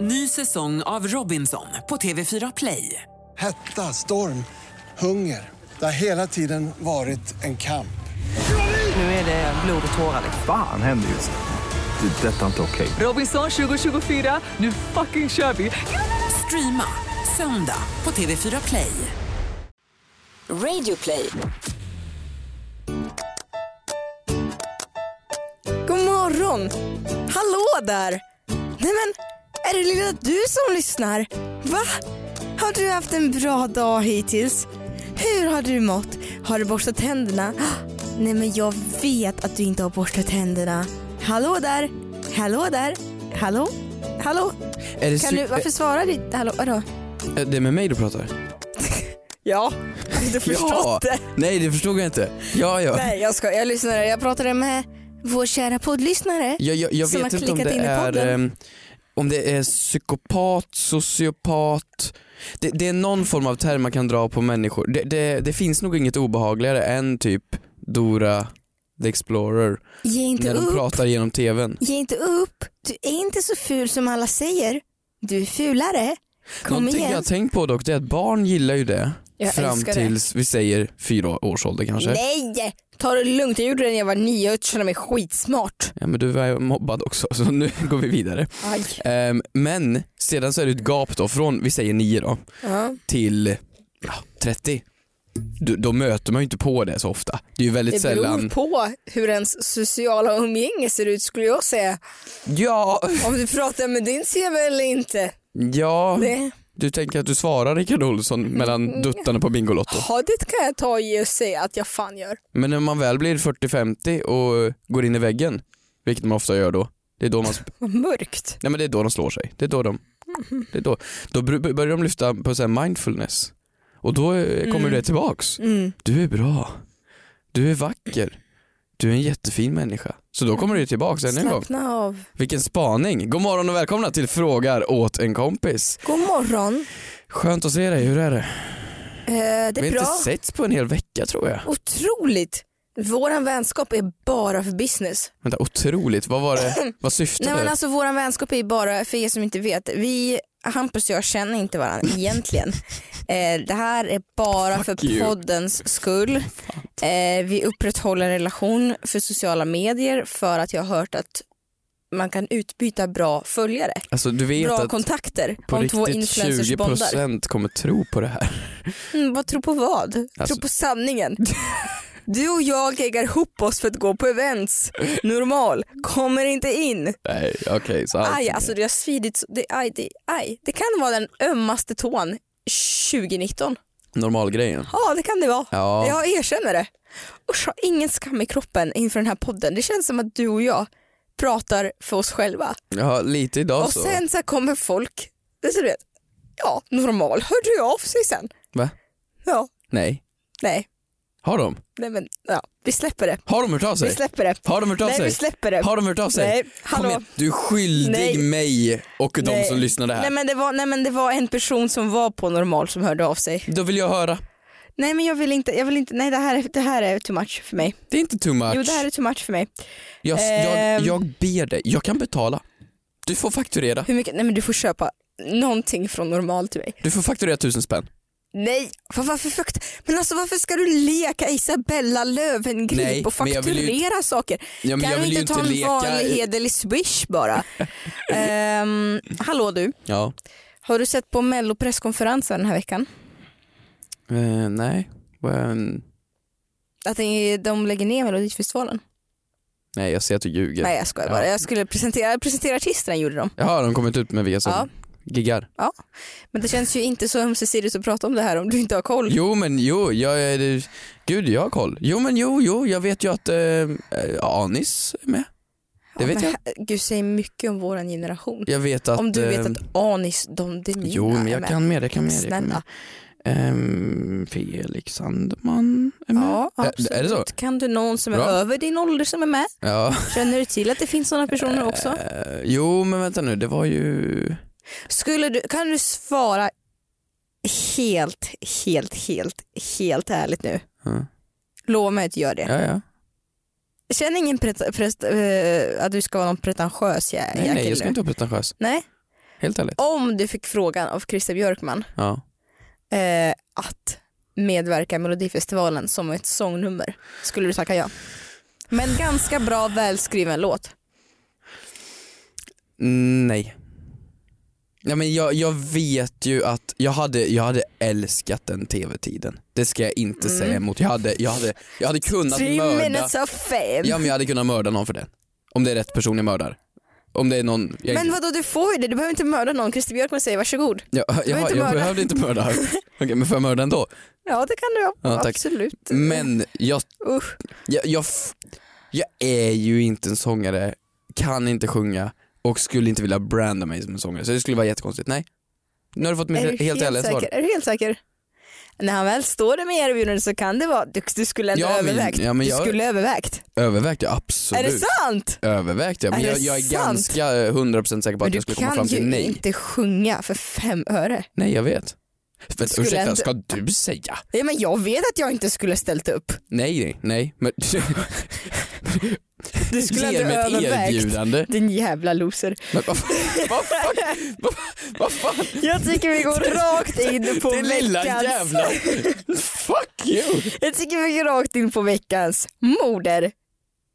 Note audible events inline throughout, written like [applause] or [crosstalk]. Ny säsong av Robinson på TV4 Play. Hetta, storm, hunger. Det har hela tiden varit en kamp. Nu är det blod och tårar. liksom. Fan händer just nu. Det. är Detta är inte okej. Robinson 2024, nu fucking kör vi! Streama söndag på TV4 Play. Radio play. God morgon! Hallå där! Nej men, är det lilla du som lyssnar? Va? Har du haft en bra dag hittills? Hur har du mått? Har du borstat tänderna? Nej men jag vet att du inte har borstat tänderna. Hallå där! Hallå där! Hallå? Hallå? Är det, Kan sy- du, varför svarar du inte? Hallå, vadå? eh, det är med mig du pratar? [laughs] Ja, har du förstått [laughs] det? Nej det förstod jag inte. Ja ja. Nej jag ska. jag lyssnade, jag pratade med vår kära poddlyssnare. Jag, jag, jag Som vet har inte om klickat det in i är podden. ehm, om det är psykopat, sociopat. Det, det är någon form av term man kan dra på människor. Det, det, det finns nog inget obehagligare än typ Dora the Explorer Ge inte när de upp. pratar genom tvn. Ge inte upp. Du är inte så ful som alla säger. Du är fulare. Kom Någonting jag igen. har tänkt på dock det är att barn gillar ju det Jag fram älskar det. tills vi säger fyra års ålder kanske. Nej! Ta det lugnt. Jag gjorde det när jag var nio. Jag kände mig skitsmart. Ja, men du var ju mobbad också så nu [laughs] går vi vidare. Aj. Ehm, men sedan så är det ett gap då från, vi säger 9 då, Ja. till ja, 30. Då, då möter man ju inte på det så ofta. Det är ju väldigt Det beror sällan. på hur ens sociala umgänge ser ut skulle jag säga. Ja, Om du pratar med din CV eller inte. ja. Det, Mm. Du tänker att du svarar Rickard Olsson mellan duttarna på Bingolotto. ja, det kan jag ta i och säga att jag fan gör. Men när man väl blir 40-50 och går in i väggen, vilket man ofta gör då, det är då man sp- Vad mörkt. Nej men det är då de slår sig. Det är då de... Det är då. Då br- börjar de lyfta på så här mindfulness. Och då eh, kommer Mm. det tillbaks. Du är bra. Du är vacker. Du är en jättefin människa. Så då kommer det tillbaks ännu en gång. Slappna av. Vilken spaning. God morgon och välkomna till Frågar åt en kompis. God morgon. Skönt att se dig, hur är det? Eh, det Vi är har bra. inte setts på en hel vecka tror jag. Otroligt. Våran vänskap är bara för business. Vänta, otroligt. Vad [clears throat] var det? Vad syftade Nej men alltså våran vänskap är ju bara, för er som inte vet, vi, Hampus och jag känner inte [laughs] varandra egentligen. Eh, det här är bara Fuck för you. poddens skull. Eh, vi upprätthåller en relation för sociala medier för att jag har hört att man kan utbyta bra följare, Alltså, du vet bra att kontakter på om två riktigt influencers bondar. 20% kommer tro på det här. Mm, vad tror på vad? Alltså- Tror på [laughs] sanningen. Du och jag geggar ihop oss för att gå på events. Normal. Kommer inte in. Nej, okej. så allt- Aj, alltså det har svidit. så- Det, aj, det, aj. det kan vara den ömmaste tån 2019. Normalgrejen. Ja, det kan det vara. Ja. Jag erkänner det. Usch, jag har ingen skam i kroppen inför den här podden. Det känns som att du och jag pratar för oss själva. Ja, lite idag Och så. sen så här kommer folk, det är så du vet, ja, normal hörde ju av sig sen. Va? Ja, Nej. nej, Har de? nej men ja, vi släpper det. Har de hört av sig? Vi släpper det. Har de hört av Nej, sig? vi släpper det. Har de hört av sig? Nej, Kom hallå. igen. Du är skyldig Nej. mig och de Nej. som lyssnar det här. Nej men det, var, nej men det var en person som var på normal som hörde av sig. Då vill jag höra. Nej men jag vill inte, jag vill inte nej det här, är, det här är too much för mig. Det är inte too much. Jo det här är too much för mig. jag, jag, Ehm. jag ber dig, jag kan betala. Du får fakturera. Hur mycket? Nej men du får köpa någonting från normal till mig. Du får fakturera tusen spänn. Nej, vad- varför fukt? Men alltså varför ska du leka Isabella Löwengrip Nej, och men jag vill ju fakturera saker? Ja, men kan jag du vill ju inte ta inte en leka- vanlig hederlig swish [laughs] bara? Ehm, hallå du, Ja. har du sett på mello presskonferensen den här veckan? Eh, nej. Ehm, Att det- de lägger ner melodifestivalen? nej, jag ser att du ljuger. Nej jag skojar bara, jag skulle presentera, presentera artisterna gjorde de. Ja, har de kommit ut med vilka som Ja. giggar? Men det känns ju inte så ömsesidigt att prata om det här om du inte har koll. Jo men jo, jag är... det- Gud jag har koll. Jo men jo, jo, jag vet ju att eh, eh, Anis är med. Det vet jag. Gud säger mycket om vår generation. Jag vet att... om du vet ehm, att Anis Don Demina Jo men är jag med. kan mer, jag kan mer. Jag kan Snälla. mer. Ehm, Felix Sandman är med. Ja, Ä- absolut. är det så? Kan du någon som är Bra. över din ålder som är med? Ja. Känner du till att det finns sådana personer också? Eh, jo men vänta nu, det var ju... Skulle du, kan du svara helt, helt, helt, helt ärligt nu? Ja. Lova mig att du gör det. Ja, ja. Känn ingen pret, pret, eh, att du ska vara någon pretentiös jä- Nej, nej jäkel jag ska nu. inte vara pretentiös. Nej. helt ärligt. Om du fick frågan av Christer Björkman Ja. eh, att medverka i Melodifestivalen som ett sångnummer skulle du tacka ja. Men ganska bra välskriven låt. Mm, Nej. Ja, men jag, jag vet ju att jag hade, jag hade älskat den tv-tiden. Det ska jag inte säga emot. Jag hade, jag hade, jag hade kunnat Mm. Three mörda. minutes of fame. Ja, men jag hade kunnat mörda någon för den. Om det är rätt person jag mördar. Om det är någon... Jag, Men vadå du får ju det, du behöver inte mörda någon. Christer Björkman säger varsågod. jag, jag, behöver jag, inte mörda. behövde inte mörda. [laughs] Okej, men får jag mörda ändå? Ja det kan du Ja, tack. absolut. Men jag, Usch. jag, jag, f- jag är ju inte en sångare, kan inte sjunga och skulle inte vilja branda mig som en sångare. Så det skulle vara jättekonstigt. Nej. Nu har du fått mitt är du helt, helt ärliga svar. säker? Är du helt säker? När han väl står där med erbjudandet så kan det vara, du, du skulle ändå Ja, men- övervägt. ja, men jag- Du skulle övervägt. Övervägt jag absolut. Är det sant? Övervägt jag, men Är det jag, jag är sant? ganska eh, 100% säker på Men att du jag skulle komma kan fram ju till nej. inte sjunga för fem öre. Nej jag vet. Vänta, Skulle ursäkta, inte- ska du säga? Ja, men jag vet att jag inte skulle ställt upp. Nej, nej, nej. Men, [laughs] Du skulle Ge ändå mig ett övervägt. [laughs] erbjudande. Din jävla loser. Men vad fan, vad fan, vad, vad fan, Jag tycker vi går [laughs] rakt in på det lilla veckans... jävla, [laughs] fuck you! Jag tycker vi går rakt in på veckans moder.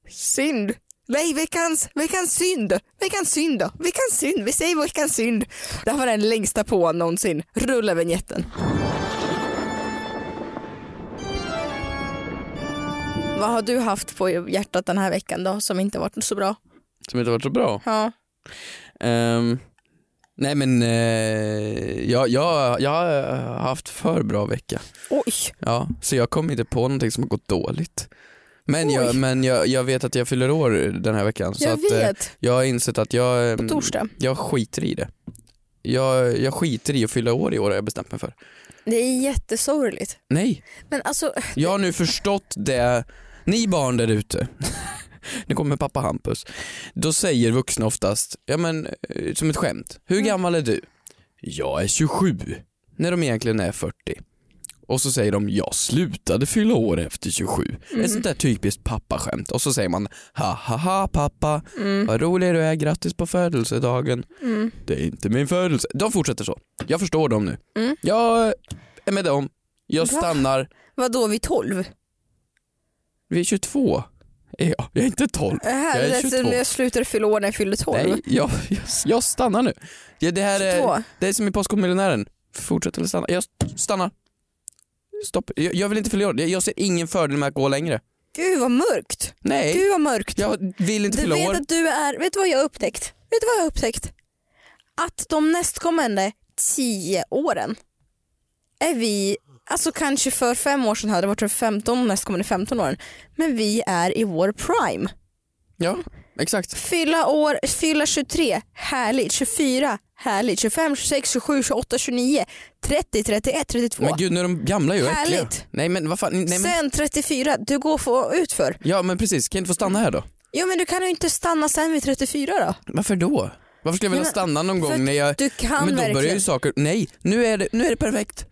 Synd. Nej, veckans, veckans synd. Veckans synd då. Veckans synd. Vi säger veckans synd. Det här var den längsta på någonsin. Rulla vignetten. Vad har du haft på hjärtat den här veckan då som inte varit så bra? Som inte varit så bra. Ja. Ehm, nej men, eh, jag, jag, jag har haft för bra vecka. Oj. Ja, så jag kom inte på någonting som har gått dåligt. Men, jag, Oj. men jag, jag vet att jag fyller år den här veckan. så Jag att, eh, vet. jag har insett att jag, På ehm, torsdag. jag skiter i det. Jag, jag skiter i att fylla år i år har jag bestämt mig för. Det är jättesorgligt. Nej, Men alltså, [laughs] Jag har nu förstått det, ni barn där ute, [laughs] nu kommer pappa Hampus, då säger vuxna oftast, ja men eh, som ett skämt, hur gammal är du? Jag är 27, när de egentligen är 40. Och så säger de, jag slutade fylla år efter 27. Ett sånt där typiskt pappaskämt. Och så säger man, ha ha ha pappa, vad rolig du är, grattis på födelsedagen. Det är inte min födelse. De fortsätter så. Jag förstår dem nu. Jag är med dem, jag Va? stannar, vad då vi 12? vi är 22. Är jag? Jag är inte 12. Äh, Här, Jag är 22. Jag slutade fylla år när jag fyllde 12. Nej, jag, jag, jag stannar nu. Det, det här är, 22. det är som i Postkodmiljonären. Fortsätt eller stanna. Jag stannar. Stopp. Jag, jag vill inte fylla år. Jag, jag ser ingen fördel med att gå längre. Gud vad mörkt. Nej, Gud vad mörkt. jag vill inte du fylla vet år. att du är, vet du vad jag har upptäckt? Vet du vad jag har upptäckt? Att de nästkommande tio åren är vi, alltså kanske för fem år sedan hade det varit för 15 och nästkommande 15 åren, men vi är i vår prime. Ja, exakt. Fylla år, fylla 23, härligt, 24, härligt, 25, 26, 27, 28, 29, 30, 31, 32. Men gud, nu är de gamla ju äckliga. Härligt. Nej men vad fan. Nej, men, Sen 34, du går få ut för. ja men precis, kan jag inte få stanna här då? Ja men du kan ju inte stanna sen vid 34 då. Varför då? Varför ska jag vilja Nej, men- stanna någon För gång att när jag... du kan men då börjar verkligen. ju saker... Nej, nu är det, nu är det perfekt.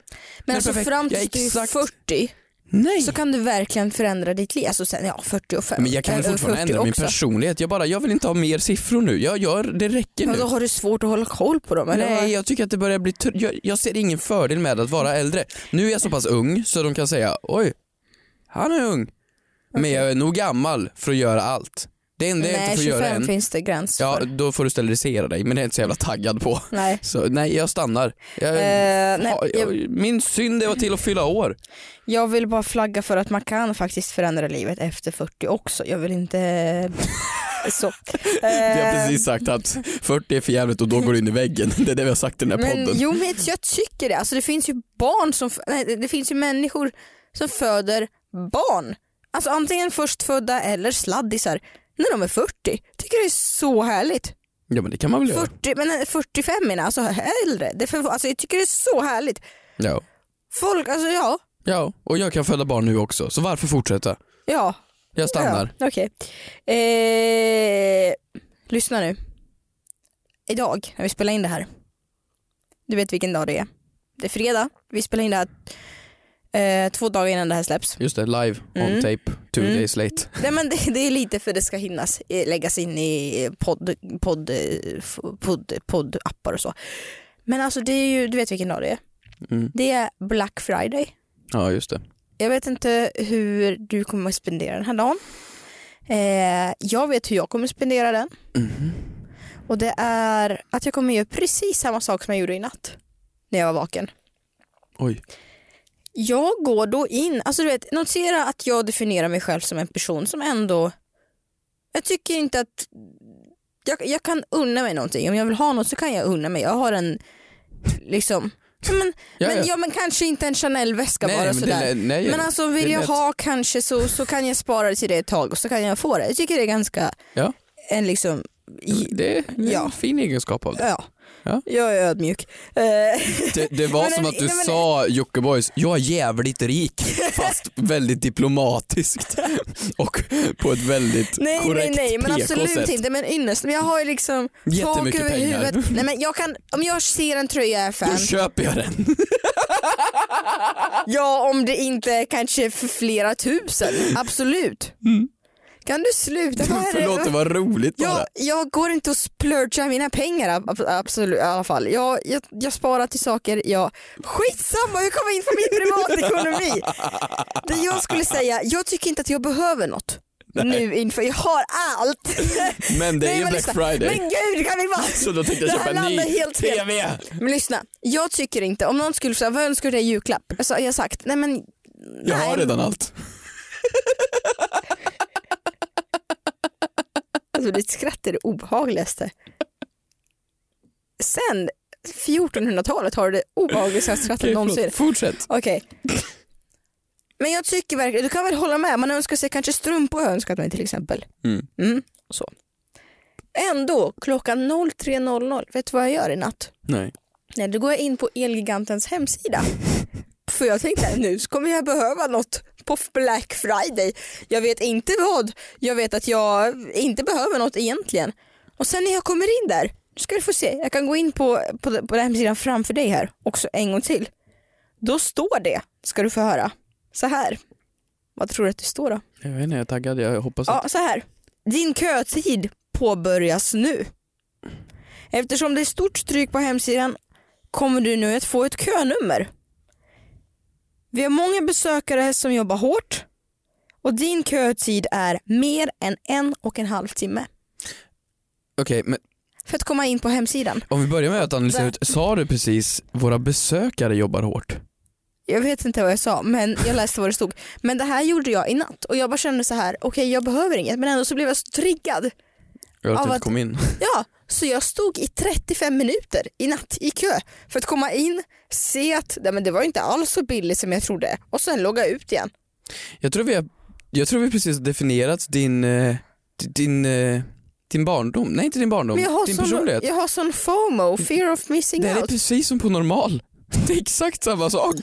Men alltså perfekt. fram Jag är tills du är exakt- 40 Nej. så kan du verkligen förändra ditt liv. Alltså sen, ja 40 och 50. Men jag kan väl eller fortfarande 40 ändra min också. personlighet. Jag bara, jag vill inte ha mer siffror nu. Jag gör, det räcker Ja, nu. då Alltså, har du svårt att hålla koll på dem eller? Nej, vad? jag tycker att det börjar bli tr- jag, jag ser ingen fördel med att vara äldre. Nu är jag så pass ung så de kan säga, oj, han är ung. Men jag är nog gammal för att göra allt. Det enda jag Nej inte får göra 25 än, finns det gräns ja för. då får du sterilisera dig, men det är jag inte så jävla taggad på. Nej. Så nej, jag stannar. Jag, Eh, nej, ha, jag, min synd är att till att fylla år. Jag vill bara flagga för att man kan faktiskt förändra livet efter 40 också. Jag vill inte... eh, så. [laughs] Vi har Eh, precis sagt att 40 är för jävligt och då går du in i väggen. [laughs] Det är det vi har sagt i den här Men, podden. jo men jag tycker det. Alltså, det finns ju barn som, f- nej, det- det finns ju människor som föder barn. Alltså antingen förstfödda eller sladdisar när de är 40. Tycker det är så härligt. Ja men det kan man väl göra. 40, men eh, 45 menar jag, alltså äldre. Det är för, alltså, jag tycker det är så härligt. Ja. Folk, alltså ja. Ja, och jag kan föda barn nu också, så varför fortsätta? Ja. Jag stannar. Ja, Okej. Eh, lyssna nu. Idag när vi spelar in det här. Du vet vilken dag det är. Det är fredag. Vi spelar in det här eh, två dagar innan det här [laughs] släpps. Just det, live on Mm. tape, two Mm. days late. Nej, men det, det är lite för det ska hinnas eh, läggas in i podd, podd, eh, f- podd, poddappar och så. Men alltså det är ju, du vet vilken dag det är? Mm. Det är Black Friday. Ja just det. Jag vet inte hur du kommer att spendera den här dagen. Eh, jag vet hur jag kommer att spendera den. Mhm. Och det är att jag kommer göra precis samma sak som jag gjorde i natt. När jag var vaken. Oj. Jag går då in, alltså du vet, notera att jag definierar mig själv som en person som ändå, jag tycker inte att, jag, jag kan unna mig någonting. Om jag vill ha något så kan jag unna mig. Jag har en, liksom, ja, men, Ja, men, ja. ja, men kanske inte en Chanel-väska Nej, bara men det sådär. lä- nej, men alltså vill det jag lät- ha kanske så, så kan jag spara det till det ett tag och så kan jag få det. Jag tycker det är ganska, Ja. en liksom, Det är en Ja. fin egenskap av det. ja. Ja. Jag är ödmjuk. Eh, [laughs] Det, det var Men- som att du nej, men- sa Jockebois, jag är [laughs] jävligt rik fast väldigt diplomatiskt och på ett väldigt Nej, nej, korrekt nej, men PK absolut sätt. inte. Men ynnest, men jag har ju liksom tak Jättemycket över pengar. [laughs] huvudet. Nej, men jag kan, om jag ser en tröja jag är fan, Då köper jag den. ja om det inte är kanske för flera tusen, absolut. Kan du sluta? Vad är det? Mm. Förlåt det var roligt bara. jag, jag går inte och splurgar mina pengar ab- absolut, i alla fall. Jag, jag, jag sparar till saker, jag... Skitsamma, jag kommer in på min privatekonomi. Det jag skulle säga, jag tycker inte att jag behöver något. Nu inför, jag har allt. Men [laughs] det är Nej, ju men Black lyssna. Friday. Men gud kan vi bara... Så då tänkte Det jag här köpa en ny landar helt fel. TV. Men lyssna, jag tycker inte, om någon skulle säga vad önskar du dig i julklapp? Jag sa- jag har sagt, nej men... Jag nej. har redan allt. Alltså ditt skratt är det obehagligaste. Sen 1400-talet har du det obehagligaste skrattet Okej, någonsin. förlåt. Fortsätt. Okej. Men jag tycker verkligen, du kan väl hålla med, man önskar sig kanske strumpor har jag önskat mig till exempel. Mm. så. Ändå, klockan 03.00, vet du vad jag gör i natt? Nej. Nej, då går jag in på Elgigantens hemsida. För jag tänkte nu kommer jag behöva något på Black Friday. Jag vet inte vad, jag vet att jag inte behöver något egentligen. Och sen när jag kommer in där, nu ska du få se, jag kan gå in på, på, på den här hemsidan framför dig här också en gång till. Då står det, ska du få höra, så här. Vad tror du att det står då? Jag vet inte, jag är taggad. Jag hoppas att... Ja, så här. Din kötid påbörjas nu. Eftersom det är stort stryk på hemsidan kommer du nu att få ett könummer. Vi har många besökare som jobbar hårt och din kötid är mer än en och en halv timme Okej, men för att komma in på hemsidan. om vi börjar med att analysera ut. Sa du precis våra besökare jobbar hårt? Jag vet inte vad jag sa men jag läste vad det stod. Men det här gjorde jag i natt och jag bara kände så här, okej jag behöver inget men ändå så blev jag så triggad. Jag att Av du att- inte kom in. Ja, så jag stod i 35 minuter i natt i kö för att komma in, se att nej, men det var inte alls så billigt som jag trodde och sen logga ut igen. Jag tror vi, har, jag tror vi precis definierat din, eh, di- din, eh, din barndom. Nej, inte din barndom. Men jag har, din sån, personlighet. jag har sån FOMO, fear of missing Det här är out. precis som på normal. Det är exakt samma sak.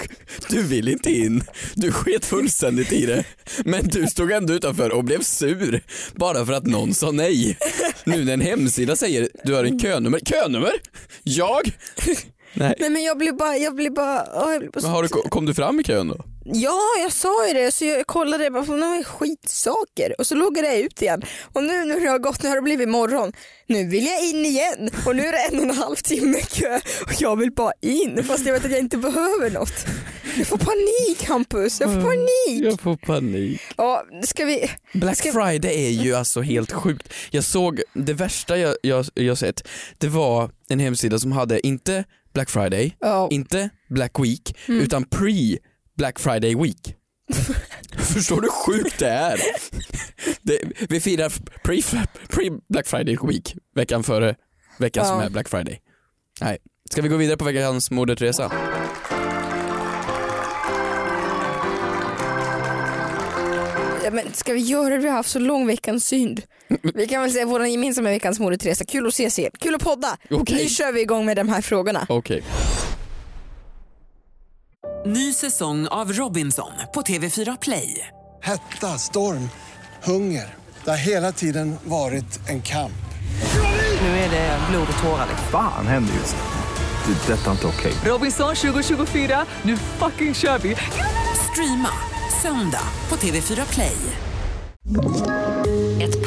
Du vill inte in, du sket fullständigt i det. Men du stod ändå utanför och blev sur bara för att någon sa nej. Nu när en hemsida säger du har en könummer. Könummer? Jag? Nej. Nej men jag blir bara, jag blir bara, åh, jag blir bara Men har du, kom du fram i kön då? ja jag sa ju det så jag kollade jag bara, fan, de är skitsaker och så loggade jag ut igen och nu när jag har gått, nu har det blivit morgon, nu vill jag in igen och nu är det en och en halv timme kö och jag vill bara in fast jag vet att jag inte behöver något. Jag får panik Hampus, jag får panik. Jag får panik. Ja, ska vi... Black Ska- Friday är ju alltså [laughs] helt sjukt. Jag såg, det värsta jag, jag, jag sett, det var en hemsida som hade inte Black Friday, Ja. Mm. inte Black Week, utan pre Black Friday [laughs] Week. Förstår du hur sjukt det är? Det, vi firar pre, pre Black Friday Week, veckan före veckan som Ja. är Black Friday. Nej. Ska vi gå vidare på veckans Moder Teresa? Ja, men ska vi göra det? Vi har haft så lång veckans synd. Vi kan väl säga vår gemensamma veckans moder Teresa. Kul att ses igen. Kul att podda. Okej. Nu kör vi igång med de här frågorna. Okej. Ny säsong av Robinson på TV4 Play. Hetta, storm, hunger. Det har hela tiden varit en kamp. Nu är det blod och tårar. Fan händer just det. Det är detta inte okej. Robinson 2024, nu fucking kör vi! Streama söndag på TV4 Play. Ett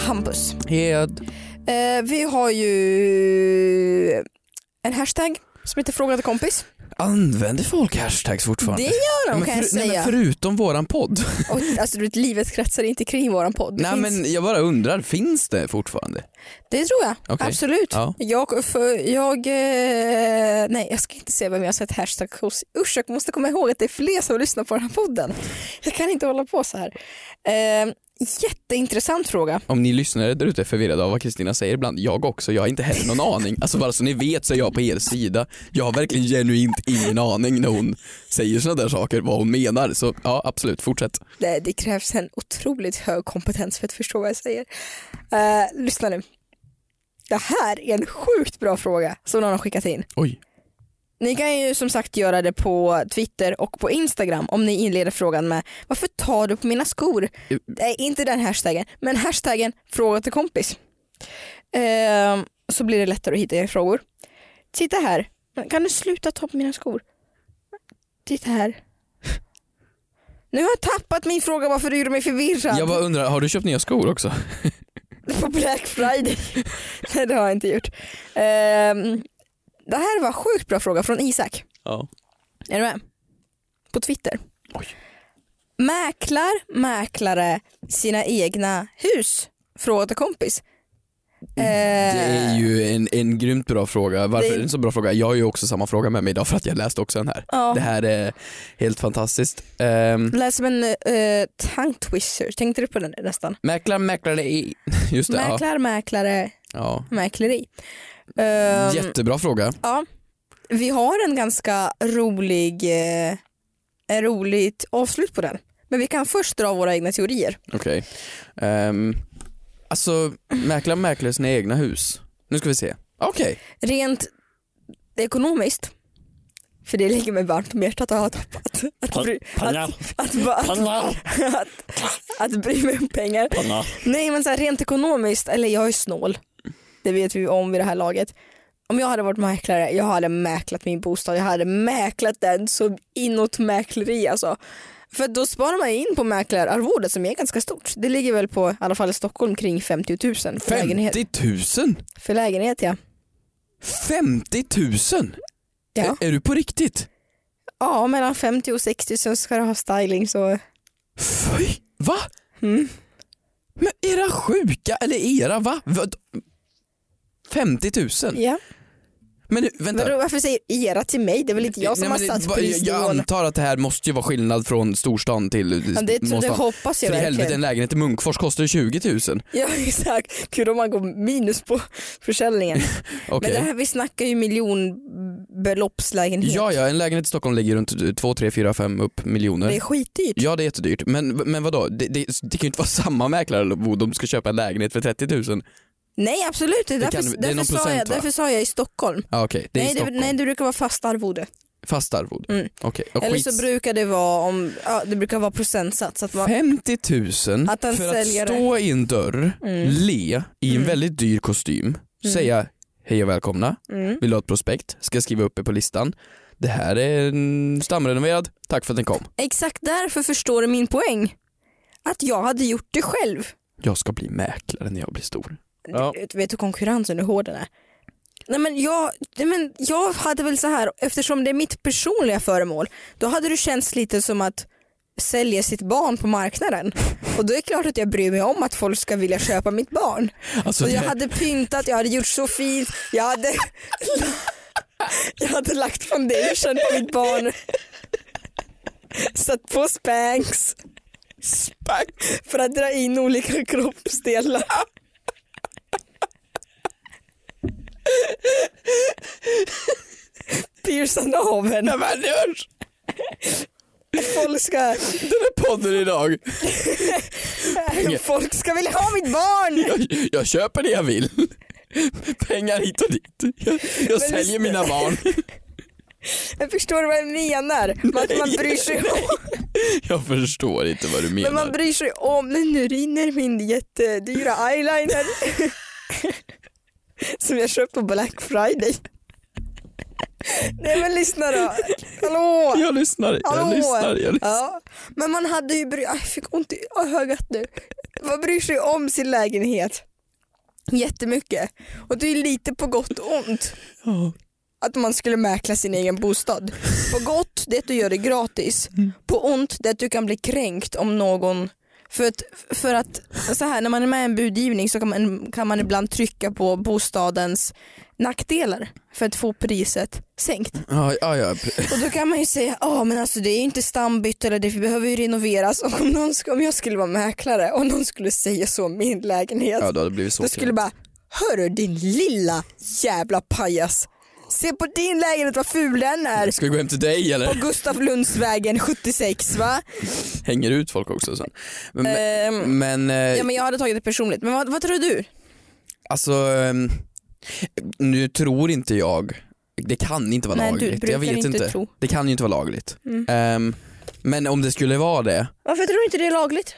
Hampus. Hed. Eh, vi har ju en hashtag som heter frågade kompis. Använder folk hashtags fortfarande? Det gör de Ja, men kan jag för- nej, säga. men Förutom våran podd. Och, alltså, du vet, livet kretsar inte kring våran podd. Det, Nej finns, men jag bara undrar, finns det fortfarande? det tror jag. Okej. Absolut. Ja. Jag, för, jag, eh, nej, jag ska inte säga vem jag har sett hashtag hos. Usch, jag måste komma ihåg att det är fler som lyssnar på den här podden. Jag kan inte hålla på så här. Eh, jätteintressant fråga. Om ni lyssnare där ute är förvirrade av vad Kristina säger ibland, jag också, jag har inte heller någon aning. Alltså bara så ni vet så är jag på er sida. Jag har verkligen genuint ingen aning när hon säger sådana där saker, vad hon menar. Så ja, absolut, fortsätt. Det, det krävs en otroligt hög kompetens för att förstå vad jag säger. Eh, lyssna nu. Det här är en sjukt bra fråga som någon har skickat in. Oj. Ni kan ju som sagt göra det på Twitter och på Instagram om ni inleder frågan med varför tar du på mina skor? Nej, inte den hashtaggen, men hashtaggen fråga till kompis. Ehm, så blir det lättare att hitta era frågor. Titta här, kan du sluta ta på mina skor? Titta här. Nu har jag tappat min fråga varför du gjorde mig förvirrad. Jag bara undrar, har du köpt nya skor också? På Black Friday. [laughs] Nej det har jag inte gjort. Ehm, det här var en sjukt bra fråga från Isak. Ja. Är du med? På Twitter. Oj. Mäklar mäklare sina egna hus? Frågade kompis. Mm, Det är ju en, en grymt bra fråga. Varför Eh. Det- är det en så bra fråga? Jag har ju också samma fråga med mig idag för att jag läste också den här. Ja. Det här är helt fantastiskt. Um, Eh, Lät som en uh, tongue twister. Tänkte du på den nästan? mäklare, mäklare i... [laughs] Just det, ja. Mäklar, mäklare, ja. mäkleri. Ehm, Jättebra fråga. Ja, vi har en ganska rolig, eh, en roligt avslut på den. Men vi kan först dra våra egna teorier. Okej. Ehm, alltså, mäklare mäklar sina egna hus. Nu ska vi se. Okej. Rent ekonomiskt, för det ligger mig varmt om hjärtat att ha tappat. Att, bry, att, att, att, att, att, att bry mig om pengar. Nej men så här, rent ekonomiskt, eller jag är snål. Det vet vi om vid det här laget. Om jag hade varit mäklare, jag hade mäklat min bostad. Jag hade mäklat den så inåt mäkleri alltså. För då sparar man in på mäklararvodet som är ganska stort. Det ligger väl på, i alla fall i Stockholm, kring 50 000 för lägenhet. 50 000? För lägenhet ja. 50 000? ja. Är, är du på riktigt? Ja, mellan 50 och 60 så ska du ha styling så. Fy, va? Mm. Men era sjuka, eller era va? Vad? 50 000? Ja. Men nu, vänta. Vadå, varför säger era till mig? Det är väl inte jag som Nej, men har det- satt va- jag, jag prisnivån? antar att det här måste ju vara skillnad från storstan till Ja, det, tror- det småstan. hoppas jag För i helvete en verkligen. lägenhet i Munkfors kostar ju 20 000. [laughs] Ja exakt, kul om man går minus på [laughs] försäljningen. Okej. Men det här, vi snackar ju miljonbeloppslägenhet. Ja, ja, en lägenhet i Stockholm ligger runt eh, 2, 3, 4, 5 upp miljoner. Det är skitdyrt. Ja det är jättedyrt, men, men vadå? Det, det, det kan ju inte vara samma mäklare Bo, de ska köpa en lägenhet för 30 000. Nej absolut, det är Det därför, kan- det är därför, någon sa procent, jag, va? därför sa jag i Stockholm. Ja, Okej, det är i nej, det, Stockholm. nej det brukar vara fast arvode. Fast arvode. Mm. Okej, och Eller skits. så brukar det vara om, ja, det brukar vara procentsats. Att man, 50 000 Att den för säljer att det. stå i en dörr, le i en Mm. väldigt dyr kostym, säga hej och välkomna, mm. vill du ha ett prospekt, ska jag skriva upp er på listan. Det här är en stamrenoverad, tack för att den kom. Exakt därför förstår du min poäng. Att jag hade gjort det själv. Jag ska bli mäklare när jag blir stor. Ja. eh, Du vet du konkurrensen hur hård den är? Nej men jag, nej, men jag hade väl så här, eftersom det är mitt personliga föremål, då hade det känts lite som att sälja sitt barn på marknaden. Och då är det klart att jag bryr mig om att folk ska vilja köpa mitt barn. Alltså, Och jag det- hade pyntat, jag hade gjort så fint, jag hade, [laughs] jag hade lagt foundation på mitt barn. Satt på Spanx. Spanx? För att dra in olika kroppsdelar. Pierca naveln. Nej men usch! folk ska, här podden idag. folk ska vilja ha mitt barn. Jag, jag köper det jag vill. Pengar hit och dit. Jag, jag säljer lyssna. mina barn. Jag förstår vad jag menar. Man, man bryr sig om. Jag förstår inte vad du menar. Men man bryr sig om. Men nu rinner min jättedyra eyeliner. Som jag köpte på Black Friday. Nej men lyssna då. Hallå. Jag lyssnar, jag Hallå. lyssnar, jag lyssnar. Ja. Men man hade ju bry- Aj, jag fick ont i ögat nu. Man bryr sig om sin lägenhet jättemycket. Och det är ju lite på gott och ont. Att man skulle mäkla sin egen bostad. På gott, det är att du gör det gratis. Mm. På ont, det är att du kan bli kränkt om någon för att, för att så här, när man är med i en budgivning så kan man, kan man ibland trycka på bostadens nackdelar för att få priset sänkt. Ja, ja, ja. pre- Och då kan man ju säga, ja men alltså det är inte stambyte eller det behöver ju renoveras. Och om, någon, sk- om jag skulle vara mäklare och någon skulle säga så om min lägenhet. ja, då hade det blivit så. då skulle bara, hörru din lilla jävla pajas. Se på din lägenhet vad ful den är. Ska vi gå hem till dig eller? På Gustav Lundsvägen 76 va? Hänger ut folk också sen. Men, Ehm, men, eh, Ja men jag hade tagit det personligt. Men vad, vad tror du? alltså, ehm, nu tror inte jag, det kan inte vara Nej, du lagligt. brukar Jag vet inte inte. tro. Mm. Det kan ju inte vara lagligt. Ehm, men om det skulle vara det, Varför tror du inte det är lagligt?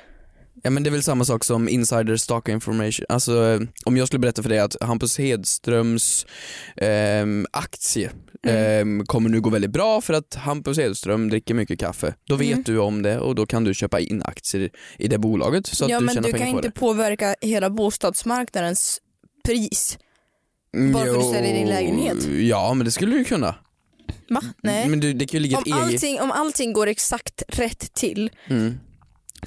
Ja men det är väl samma sak som insider stock information, alltså eh, om jag skulle berätta för dig att Hampus Hedströms ehm, aktie Mm. ehm, kommer nu gå väldigt bra för att Hampus Hedström dricker mycket kaffe. Då vet Mm. du om det och då kan du köpa in aktier i det bolaget så att ja du men tjänar du kan pengar på inte det. påverka hela bostadsmarknadens pris. Mm, bara för att du jo, säljer din lägenhet. Ja men det skulle du kunna. Va? Mm, Nej. Men du, det kan ju ligga om ett eget... allting, om allting går exakt rätt till. Mm.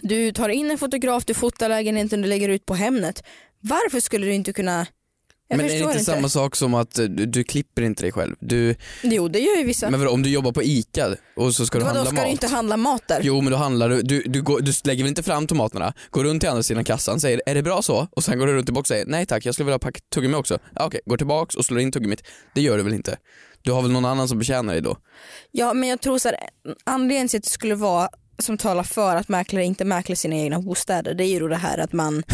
Du tar in en fotograf, du fotar lägenheten, du lägger ut på Hemnet. Varför skulle du inte kunna... Jag Men är det förstår inte, inte. samma sak som att eh, du, du klipper inte dig själv? Du, Jo det gör ju vissa. men vadå, om du jobbar på ICA och så ska du Vadå handla ska mat? du inte handla mat där? Jo men då handlar du, du, du, går, du lägger väl inte fram tomaterna, går runt till andra sidan kassan, säger är det bra så? Och sen går du runt tillbaka och säger nej tack jag skulle vilja ha pack tuggummi också. Ja, Okej, går tillbaks och slår in tuggummit. Det gör du väl inte? Du har väl någon annan som betjänar dig då? Ja men jag tror så här, anledningen till att det skulle vara som talar för att mäklare inte mäklar sina egna bostäder det är ju då det här att man... [laughs]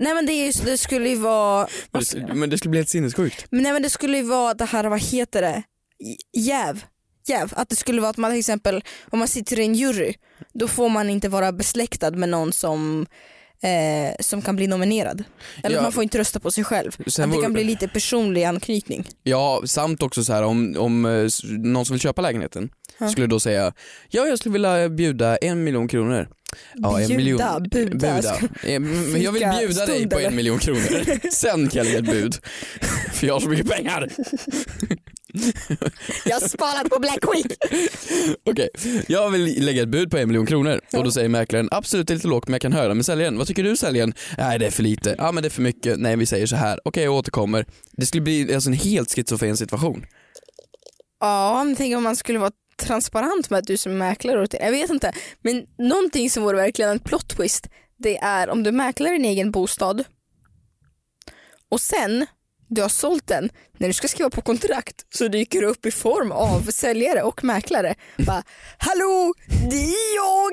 Nej men det, är ju, det skulle ju vara... Men det- Men det skulle bli helt sinnessjukt. Men nej men det skulle ju vara det här, vad heter det, J- jäv. jäv. Att det skulle vara att man till exempel, om man sitter i en jury, då får man inte vara besläktad med någon som Eh, som kan bli nominerad. Eller Ja. man får inte rösta på sig själv. Sen att det vore- kan bli lite personlig anknytning. Ja, samt också så här om, om eh, s- någon som vill köpa lägenheten skulle då säga ja jag skulle vilja bjuda en miljon kronor. Ja, Bjuda, en miljon. buda. buda. Eh, Men jag vill Fika bjuda dig stund, på eller? en miljon [laughs] kronor. Sen kan jag lägga ett bud. [laughs] För jag har så mycket pengar. Jag har sparat på Black Week! Okej, jag vill lägga ett bud på en miljon kronor och då säger mäklaren absolut det är lite lågt men jag kan höra med säljaren. Vad tycker du säljaren? Nej det är för lite, ja men det är för mycket, nej vi säger så här. Okej jag återkommer. Det skulle bli alltså, en helt schizofren situation. Ja, men tänk om man skulle vara transparent med att du som är mäklare och Jag vet inte. Men någonting som vore verkligen en plot twist det är om du mäklar din egen bostad och sen du har sålt den, när du ska skriva på kontrakt så dyker du upp i form av säljare och mäklare. Bara, Hallå, det är jag!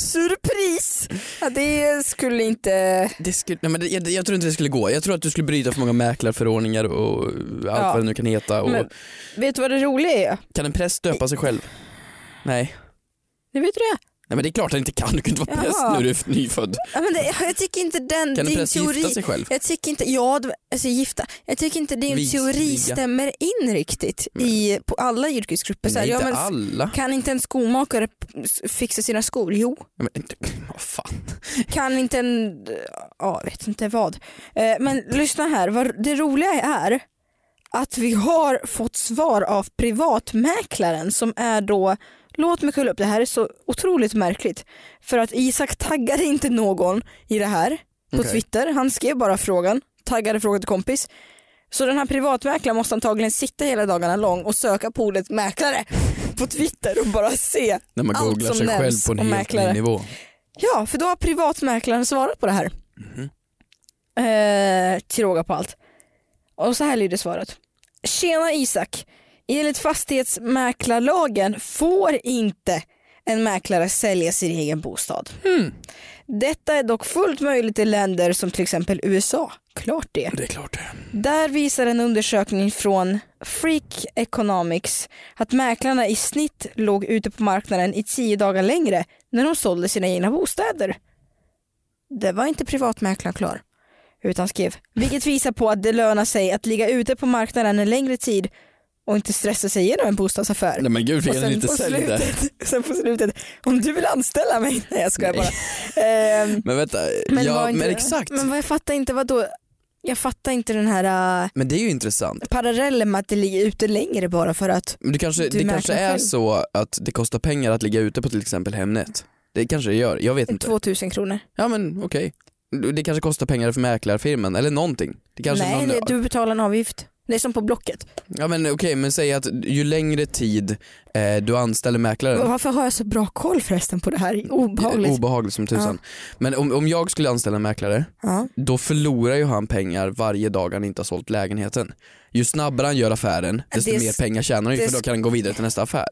Surpris! Ja, det skulle inte... Det skulle, nej, men det, jag, jag tror inte det skulle gå. Jag tror att du skulle bryta för många mäklarförordningar och allt Ja. vad det nu kan heta. Och, Men- Vet du vad det roliga är? Kan en präst döpa sig själv? Nej. Det vet du det? Nej men det är klart han inte kan, du kan inte vara präst Jaha. när du är nyfödd. Ja, men det, jag tycker inte den, Kan en din präst teori... gifta sig själv? Jag tycker inte, ja, det var- alltså gifta. Jag tycker inte din Vis- teori viga. Mm. stämmer in riktigt i, på alla yrkesgrupper. Så här, Nej, ja, inte men, alla. Kan inte en skomakare p- s- fixa sina skor? Jo. Ja, Men, [laughs] vad fan. Kan inte en, ja jag vet inte vad. Eh, Men lyssna här, vad, det roliga är att vi har fått svar av privatmäklaren som är då, låt mig kolla upp, det här är så otroligt märkligt. För att Isak taggade inte någon i det här på Okej. Twitter, han skrev bara frågan, taggade frågan till kompis. Så den här privatmäklaren måste antagligen sitta hela dagarna lång och söka på ordet mäklare på Twitter och bara se När man Allt googlar som sig själv nämns på en om helt mäklare. ny nivå. Ja, för då har privatmäklaren svarat på det här. Eh, till råga på allt. Och så här lyder svaret. Tjena Isak. Enligt fastighetsmäklarlagen får inte en mäklare sälja sin egen bostad. Detta är dock fullt möjligt i länder som till exempel USA. Klart det. Det är klart det. Där visar en undersökning från Freak Economics att mäklarna i snitt låg ute på marknaden i tio dagar längre när de sålde sina egna bostäder. Det var inte privatmäklaren klar, utan skrev, vilket visar på att det lönar sig att ligga ute på marknaden en längre tid och inte stressa sig igenom en bostadsaffär. Nej men gud, Och fick han lite på sälj där. slutet, [laughs] sen på slutet, om du vill anställa mig, [laughs] nej jag skojar bara. Ehm, Men vänta, men, ja, var inte, men exakt. Men Men, vad jag fattar inte, vad då? Jag fattar inte den här äh, det är ju intressant. parallellen med att det ligger ute längre bara för att Men det kanske, Du det märker kanske det är själv. så att det kostar pengar att ligga ute på till exempel Hemnet. Det kanske det gör, jag vet inte. 2000 kronor. Ja men okej. Det kanske kostar pengar för mäklarfirman eller någonting. Det kanske Nej, någon, det, du betalar en avgift. Det är som på Blocket. Ja men okej, men säg att ju längre tid eh, du anställer mäklaren Varför har jag så bra koll förresten på det här? Obehagligt. obehagligt. som tusan. Men om, om jag skulle anställa en mäklare, Ja. då förlorar ju han pengar varje dag han inte har sålt lägenheten. Ju snabbare han gör affären, desto Det är mer s- pengar tjänar han ju det för då är s- kan han gå vidare till nästa affär.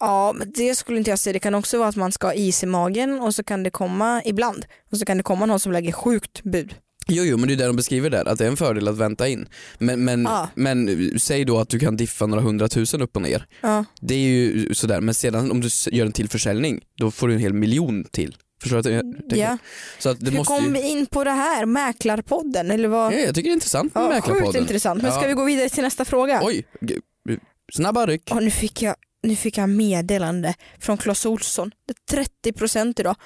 ja, men det skulle inte jag säga. Det kan också vara att man ska ha is i magen och så kan det komma ibland. Och så kan det komma någon som lägger sjukt bud. Jo, jo men det är det de beskriver där, att det är en fördel att vänta in. Men, men, Ja. men uh, säg då att du kan diffa några hundratusen upp och ner. Ja. Det är ju sådär, men sedan om du s- gör en till försäljning, då får du en hel miljon till. Förstår du? Att jag tänker? Mm, Ja. Så att det Hur måste kom ju... vi in på det här? Mäklarpodden eller vad? ja, jag tycker det är intressant med Ja, sjukt Mäklarpodden. intressant. Men ska Ja. vi gå vidare till nästa fråga? Oj, g- snabba ryck. Åh, nu, fick jag, nu fick jag meddelande från Clas Ohlson. Det är 30% idag.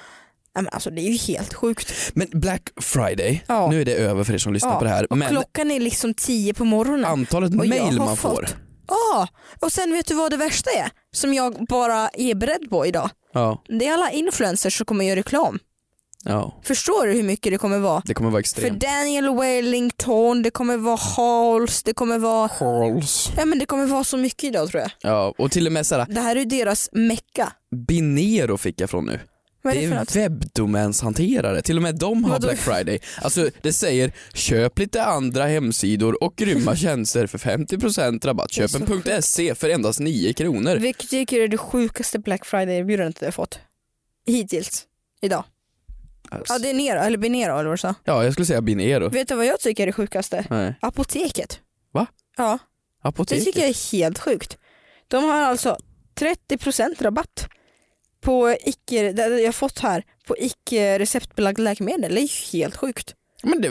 Nej, men alltså, det är ju helt sjukt. Men Black Friday, Ja. nu är det över för er som lyssnar Ja, på det här. och Men Klockan är liksom 10 på morgonen. antalet Och jag mail har man får. fått- Ja, och sen vet du vad det värsta är? Som jag bara är beredd på idag. Ja, Det är alla influencers som kommer göra reklam. ja, Förstår du hur mycket det kommer vara? det kommer vara För extremt. Daniel Wellington, det kommer vara Halls, det kommer vara... Halls. Ja men det kommer vara så mycket idag tror jag. Ja, och till och med såhär, Det här är ju deras mecka. Binero fick jag från nu. Vad är det det för något? är webbdomänshanterare, till och med de har Vadå? Black Friday. Alltså det säger köp lite andra hemsidor [laughs] och grymma tjänster för 50% rabatt. Köp en .se för endast 9 kronor. Vilket jag tycker är det sjukaste Black Friday-erbjudandet jag har fått. Hittills. Idag. Ja det är Nero, eller Binero eller vad du sa. Alltså, Ja, jag skulle säga Binero. Vet du vad jag tycker är det sjukaste? Nej. Apoteket. Va? Ja. Det Apoteket. tycker jag är helt sjukt. De har alltså 30% rabatt på icke, det jag har fått här, på icke receptbelagda läkemedel. Det är ju helt sjukt. Men det,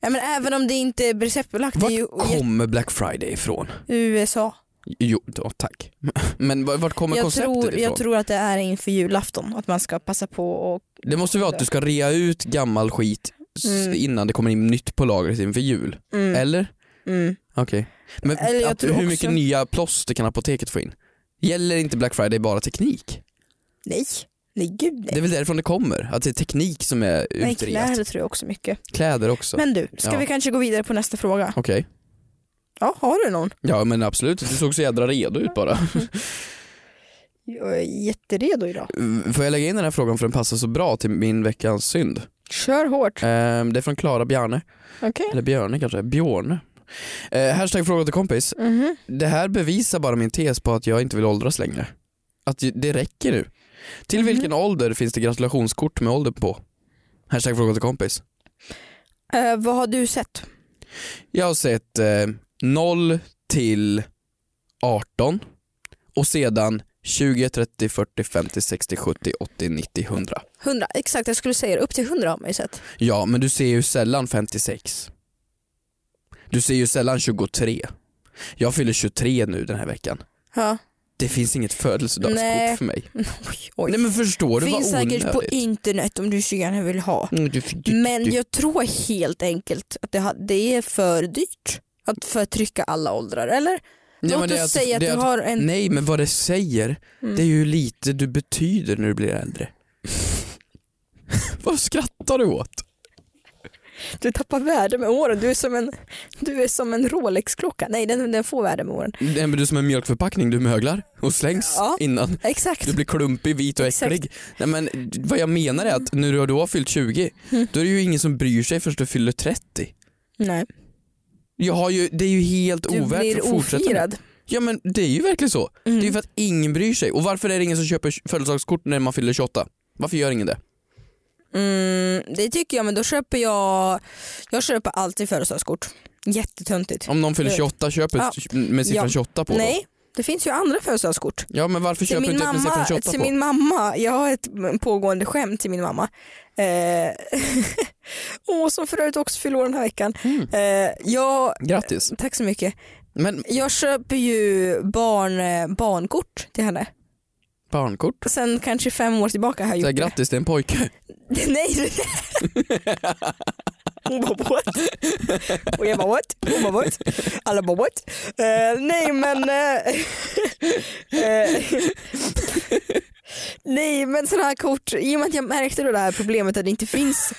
Ja, men även om det inte är receptbelagt, det är ju vart kommer Black Friday ifrån? USA. Jo, då, tack. Men var- vart kommer Jag konceptet tror, ifrån? jag tror att det är inför julafton, att man ska passa på och Det måste ju vara att du ska rea ut gammal skit s- Mm. innan det kommer in nytt på lagret inför jul. Mm. Eller? mm. Okej. Men Eller jag att, tror hur också- mycket nya plåster kan apoteket få in? Gäller inte Black Friday bara teknik? Nej, nej gud nej. Det är väl därifrån det kommer? Att det är teknik som är Men utreat? kläder Kläder. tror jag också mycket. också? Men du, ska Ja. vi kanske gå vidare på nästa fråga? Okej. Ja, har du någon? Ja men absolut, du såg så jädra redo [laughs] ut bara. Jag är jätteredo idag. Får jag lägga in den här frågan för den passar så bra till min veckans synd? Kör hårt. Ehm, Det är från Klara Bjarne. Okej. Eller Björne kanske, Björn. Eh, hashtag fråga till kompis. Mhm. Det här bevisar bara min tes på att jag inte vill åldras längre. Att ju- det räcker nu. Till vilken ålder finns det gratulationskort med ålder på? Hashtag fråga till kompis. Eh, vad har du sett? Jag har sett eh, 0 till 18 och sedan 20, 30, 40, 50, 60, 70, 80, 90, 100. 100, exakt jag skulle säga det. Upp till 100 har man ju sett. Ja, men du ser ju sällan 56. Du ser ju sällan 23. Jag fyller 23 nu den här veckan. Ja. Det finns inget födelsedagskort Nej. för mig. [laughs] Oj, oj. Nej men förstår du vad Finns säkert på onödigt? internet om du så gärna vill ha. Mm, du- du- du- Men jag tror helt enkelt att det, ha- det är för dyrt att förtrycka alla åldrar, eller? Nej, men Låt det är oss att- säga att det du är att- har en... Mm. Nej men vad det säger, det är ju lite du betyder när du [laughs] blir äldre. vad skrattar du åt? Du tappar värde med åren, du är som en, du är som en Rolex-klocka. Nej, den, den får värde med åren. Nej men du är som en mjölkförpackning, du möglar och slängs Ja. innan. Exakt. Du blir klumpig, vit och Exakt. äcklig. Nej, men vad jag menar är att när du, du har fyllt 20, Mm. då är det ju ingen som bryr sig förrän du fyller 30. Nej. Jag har ju, det är ju helt Du ovärt blir att fortsätta med. ofirad. Mm. Ja men det är ju verkligen så. Det är ju för att ingen bryr sig. Och varför är det ingen som köper födelsedagskort när man fyller 28? Varför gör ingen det? Mm, det tycker jag men då köper jag, jag köper alltid födelsedagskort. Jättetöntigt. Om någon fyller Jag vet. 28, köper Eh, Ja. med siffran Ja. 28 på då? Nej, det finns ju andra födelsedagskort. Ja men varför Till köper du min, inte med siffran mamma, 28 till på? min mamma, jag har ett pågående skämt till min mamma. Eh, [laughs] åh, som för övrigt också fyller år den här veckan. Mm. Eh, jag, Grattis. tack så mycket. Men Jag köper ju barn, eh, barnkort till henne. barnkort? Sen kanske fem år tillbaka har jag Så här, gjort det. grattis det är en pojke. [laughs] [laughs] Nej. Hon bara what? Och jag bara what? Hon bara what? Alla bara what? Eh, nej men... eh, [laughs] eh, [laughs] nej men sådana här kort, i och med att jag märkte då det här problemet att det inte finns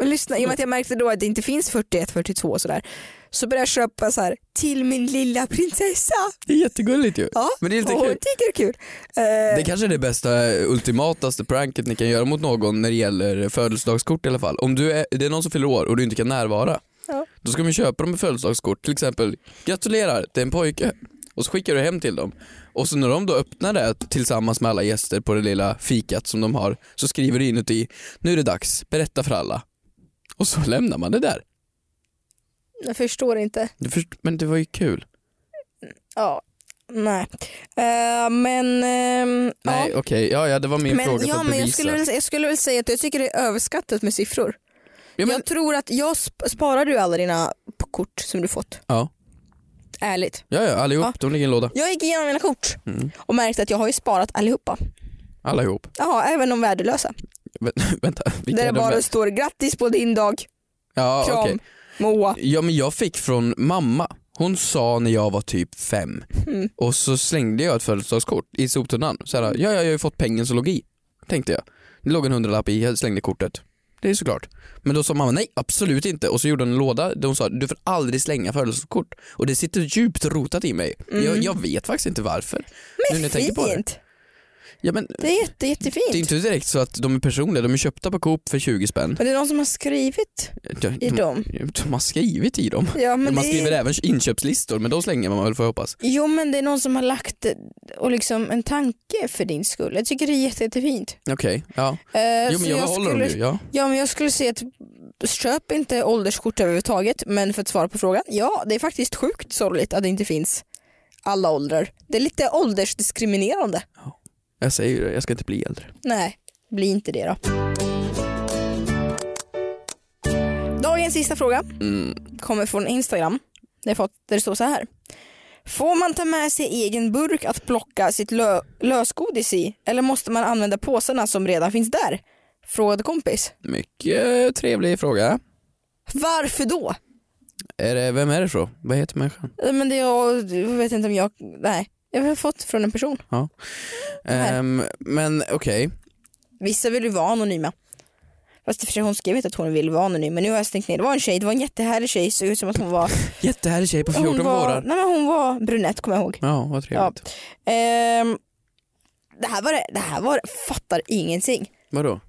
men Lyssna, i och med att jag märkte då att det inte finns 41, 42 och sådär så började jag köpa så här till min lilla prinsessa. Det är jättegulligt ju. Ja, Men det är lite och hon kul. tycker det är kul. Eh, Det kanske är det bästa, eh, ultimataste pranket ni kan göra mot någon när det gäller födelsedagskort i alla fall. Om du är, det är någon som fyller år och du inte kan närvara, Ja. då ska man köpa dem ett födelsedagskort. Till exempel, gratulerar, det är en pojke. Och så skickar du hem till dem. Och så när de då öppnar det tillsammans med alla gäster på det lilla fikat som de har, så skriver du inuti, nu är det dags, berätta för alla. Och så lämnar man det där. Jag förstår inte. Du först- Men det var ju kul. Ja, nej. Eh, men ehm, Nej ja. okej, ja, ja det var min Men, fråga för ja, att men bevisa. jag, skulle, väl- jag skulle väl säga att jag tycker det är överskattat med siffror. ja, men, Jag tror att jag sp- sparar du alla dina p- kort som du fått. ja. Ärligt. ja, ja, allihop, Ja. de ligger i en låda. Jag gick igenom mina kort Mm. och märkte att jag har ju sparat allihopa. Allihop. Ja, även de värdelösa. Vä [laughs] vänta, vilka Där är det de? bara står grattis på din dag, Ja, kram, okej. Moa. Ja men jag fick från mamma, hon sa när jag var typ fem Hmm. och så slängde jag ett födelsedagskort i soptunnan. Så här, ja, ja, jag har ju fått pengen som låg i, tänkte jag. Det låg en hundralapp i, jag slängde kortet. Det är såklart. Men då sa mamma nej absolut inte och så gjorde hon en låda där hon sa du får aldrig slänga födelsedagskort och det sitter djupt rotat i mig. Jag, jag vet faktiskt inte varför. Men nu när jag tänker på det. Mm. Fint. Ja, men, Det är jätte, jättefint. det är inte direkt så att de är personliga, de är köpta på Coop för 20 spänn. Men det är någon som har skrivit De, i de, dem. de har skrivit i dem. Ja, men man det är- skriver även inköpslistor men de slänger man väl får jag hoppas. Jo men det är någon som har lagt eh, och liksom en tanke för din skull. Jag tycker det är jätte, jättefint. Okej, ja. Eh, Jo så men jag behåller skulle, dem ju. Ja. Ja men jag skulle säga att köp inte ålderskort överhuvudtaget men för att svara på frågan, ja det är faktiskt sjukt sorgligt att det inte finns alla åldrar. Det är lite åldersdiskriminerande. Jag säger ju det, jag ska inte bli äldre. Nej, bli inte det då. Dagens sista fråga kommer från Instagram. Där jag fått- där det står så här. Får man ta med sig egen burk att plocka sitt lö lösgodis i eller måste man använda påsarna som redan finns där? Frågade kompis. Mycket trevlig fråga. Varför då? Är det, vem är det så? Vad heter människan? Eh, Men det jag, jag vet inte om jag, nej. Jag har fått från en person. här. Ehm, men okej, Vissa vill ju vara anonyma. Fast i och för sig hon skrev inte att hon ville vara anonym men nu har jag stängt ner. Det var en tjej, det var en jättehärlig tjej såg ut som att hon var jättehärlig tjej på 14 hon var, vårar. nej men hon var brunett kommer jag ihåg. Ja, vad trevligt. Ehm, det här var det, det här var fattar ingenting. Vadå?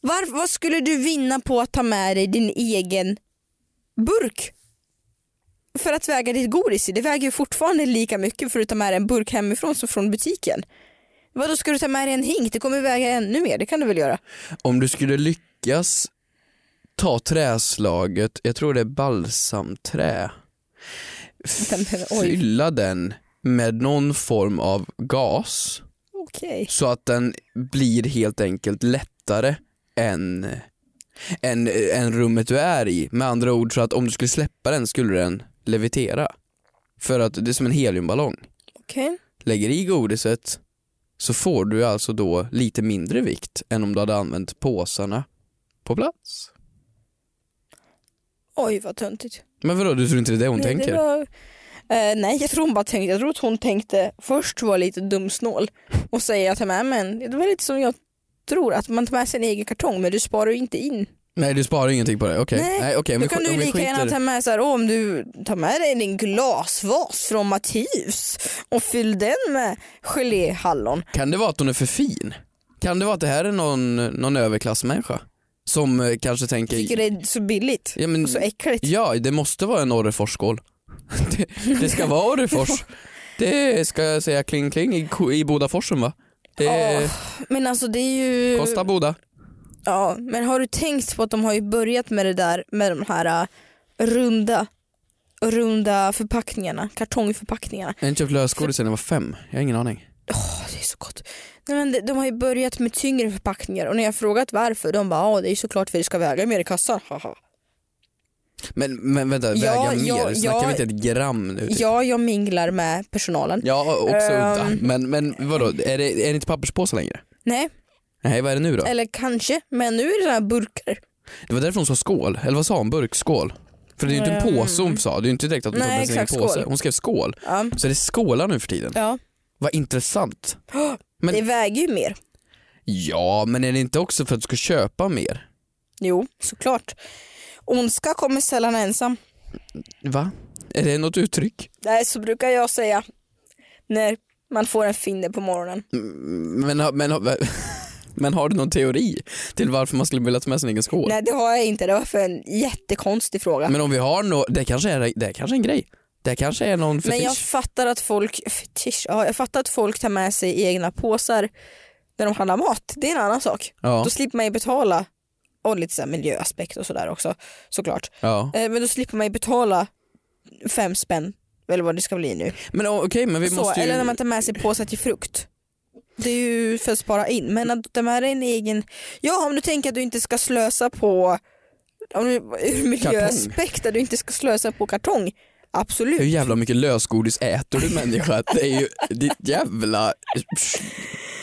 Var, vad skulle du vinna på att ta med dig din egen burk? För att väga ditt godis i. Det väger ju fortfarande lika mycket för att ta med dig en burk hemifrån som från butiken. Vadå ska du ta med dig en hink? Det kommer väga ännu mer, det kan du väl göra? Om du skulle lyckas ta träslaget, jag tror det är balsamträ, [laughs] Nej, [laughs] men oj. fylla den med någon form av gas Okej. så att den blir helt enkelt lättare än, än, än rummet du är i. Med andra ord så att om du skulle släppa den skulle den levitera. För att det är som en heliumballong. Okej. Lägger i godiset så får du alltså då lite mindre vikt än om du hade använt påsarna på plats. Oj vad töntigt. Men vadå, du tror inte det är det hon Nej, det tänker? var- Eh, nej jag tror hon bara tänkte, jag tror att hon tänkte först vara lite dumsnål och säga att ta med mig en. Det var lite som jag tror att man tar med sig en egen kartong men du sparar ju inte in. Nej du sparar ingenting på det, okej. Nej, Nej, okej, om Då vi sk- kan du om ju vi lika gärna skiter- ta med så här, åh, om du tar med dig din glasvas från Mattias och fyll den med geléhallon. Kan det vara att hon är för fin? Kan det vara att det här är någon, någon överklassmänniska? Som eh, kanske tänker... Tycker det är så billigt Ja, men- och så Alltså, äckligt. [laughs] Ja, det måste vara en Orreforsskål. Det, det ska vara Orrefors. Det ska jag säga kling kling i, Ko- i Bodaforsen va? Det Åh, Men alltså det är ju... kostar Boda. Ja, men har du tänkt på att de har ju börjat med det där med de här äh, runda, runda förpackningarna, kartongförpackningarna. Jag har inte köpt lösgodis sedan jag var fem. Jag har ingen aning. Åh, det är så gott. Nej, men de, de har ju börjat med tyngre förpackningar och när jag har frågat varför, de bara ja det är ju såklart för det ska väga mer i kassan. Haha. Men, men Ja, vänta, väga mer? ja, Snackar ja. vi inte ett gram nu? typ? Ja, jag minglar med personalen. Ja, också Ehm. udda. Men, men vadå, är det, är det inte papperspåsar längre? Nej, Nej, vad är det nu då? eller kanske, men nu är det sådana här burkar. Det var därför hon sa skål, eller vad sa hon? Burkskål? För det är ju inte en påse hon sa, det är ju inte direkt att hon Ehm. Nej, tog med sin egen exakt, påse. skål. Hon skrev skål. Ja. Så det är skålar nu för tiden. Ja. [gasps] Vad intressant. Men- Det väger ju mer. Ja, men är det inte också för att du ska köpa mer? Jo, såklart. Ondska kommer sällan ensam. Va? Är det något uttryck? Nej, så brukar jag säga när man får en finne på morgonen. Men, har- men, har- [laughs] men har du någon teori till varför man skulle vilja ta med sin egen skål? Nej, det har jag inte. Det var för en jättekonstig fråga. Men, Men om vi har något, det kanske är, det kanske är en grej. Det kanske är någon fetisch. jag fattar att folk fetisch, ja, jag fattar att folk tar med sig egna påsar när de handlar mat. Det är en annan sak. Ja, Då slipper man ju betala och lite så här miljöaspekt och sådär också såklart. ja. Eh, Men då slipper man ju betala fem spänn eller vad det ska bli nu. Men o- okej, men vi Så, måste ju... Eller när man tar med sig påsar till frukt. Det är ju för att spara in. Men att ta med dig en egen... Ja om du tänker att du inte ska slösa på... Om du, ur miljöaspekt, att du inte ska slösa på kartong. Absolut. Hur jävla mycket lösgodis äter du människa? [laughs] Det är ju ditt jävla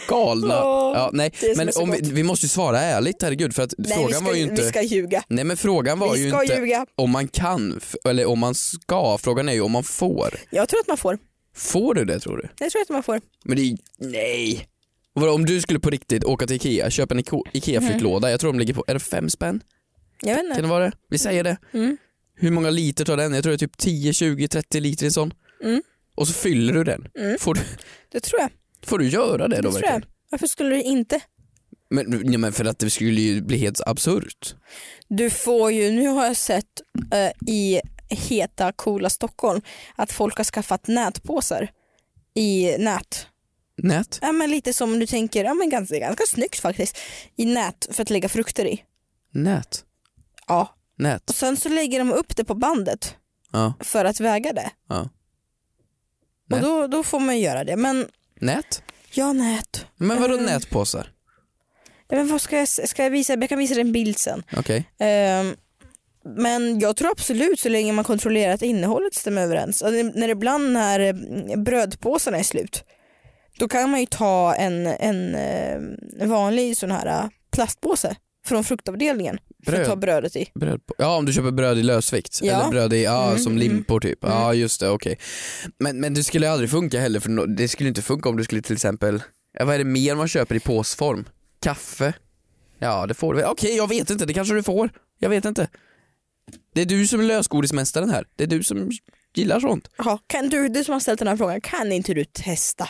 galna... Ja, Ja, nej, det är som men är så om vi, gott. vi måste ju svara ärligt herregud för att Nej, frågan vi ska, var ju Vi inte... ska ljuga. Nej men frågan var vi ju ska inte ljuga. om man kan f- eller om man ska. Frågan är ju om man får. Jag tror att man får. Får du det tror du? Jag tror att man får. Men det är nej. Vadå, Om du skulle på riktigt åka till Ikea, köpa en Iko- Ikea-flyttlåda, jag tror de ligger på, är det fem spänn? Jag vet Kan inte. det vara det? Vi säger det. Mm. Hur många liter tar den? Jag tror det är typ 10, 20, 30 liter i en sån. Mm. Och så fyller du den. Får, du, Det tror jag. får du göra det, Mm. Det då tror jag. verkligen? Varför skulle du inte? Men, ja, men för att det skulle ju bli helt absurt. Du får ju, nu har jag sett eh, i heta coola Stockholm att folk har skaffat nätpåsar i nät. Nät? Ja, men lite som du tänker, ja, men ganska, ganska snyggt faktiskt, i nät för att lägga frukter i. Nät? Ja. Nät? Och sen så lägger de upp det på bandet Ja. för att väga det. ja. Och Nät. då, då får man göra det. Men Nät? ja, nät. Men vadå Mm. nätpåsar? Ja, men vad ska jag, ska jag visa? Jag kan visa dig en bild sen. Okej. Ehm, men jag tror absolut så länge man kontrollerar att innehållet stämmer överens. Och det, när det ibland när eh, brödpåsarna är slut då kan man ju ta en, en eh, vanlig sån här eh, plastpåse från fruktavdelningen för Bröd. att ta brödet i. Bröd på. Ja om du köper bröd i lösvikt Ja. eller bröd i, ja, som limpor typ. Ja just det, okej. Men, men det skulle aldrig funka heller för nå- det skulle inte funka om du skulle till exempel, ja, vad är det mer man köper i påsform? Kaffe? Ja det får du väl. Okej jag vet inte, det kanske du får. Jag vet inte. Det är du som är lösgodismästaren här. Det är du som gillar sånt. Jaha, kan du, du som har ställt den här frågan, kan inte du testa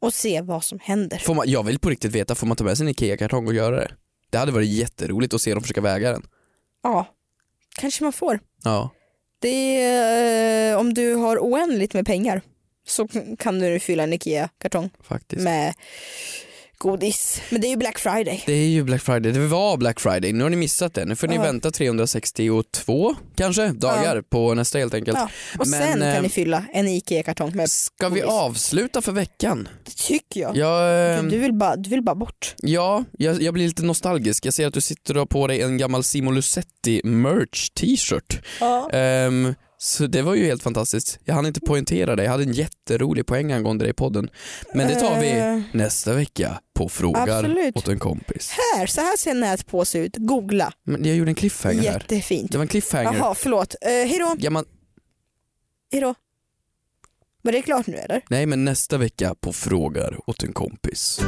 och se vad som händer? Får man, jag vill på riktigt veta, får man ta med sig en IKEA-kartong och göra det? Det hade varit jätteroligt att se dem försöka väga den. Ja, kanske man får. Ja. Det är, eh, om du har oändligt med pengar så kan du fylla en IKEA-kartong. Faktiskt. med godis. Men det är ju Black Friday. Det är ju Black Friday, det var Black Friday, nu har ni missat det. Nu får ni Ja. vänta 362 kanske dagar på nästa helt enkelt. Ja. Och Men, sen eh, kan ni fylla en IKEA-kartong med Ska vi godis. avsluta för veckan? Det tycker jag. Jag, ehm, Du vill, bara, du vill bara bort. ja, jag, jag blir lite nostalgisk, jag ser att du sitter och har på dig en gammal Simo Lusetti merch t-shirt. Ehm, så det var ju helt fantastiskt. Jag hann inte poängtera det, jag hade en jätterolig poäng angående det i podden. Men det tar vi Eh. nästa vecka på frågar Absolut. åt en kompis. Här, så här ser en nätpåse ut. Googla. Men jag gjorde en cliffhanger här. Jättefint. Det var en cliffhanger. Jaha, förlåt. Uh, hejdå. Ja, man, hejdå. Var det klart nu eller? Nej men nästa vecka på frågar åt en kompis.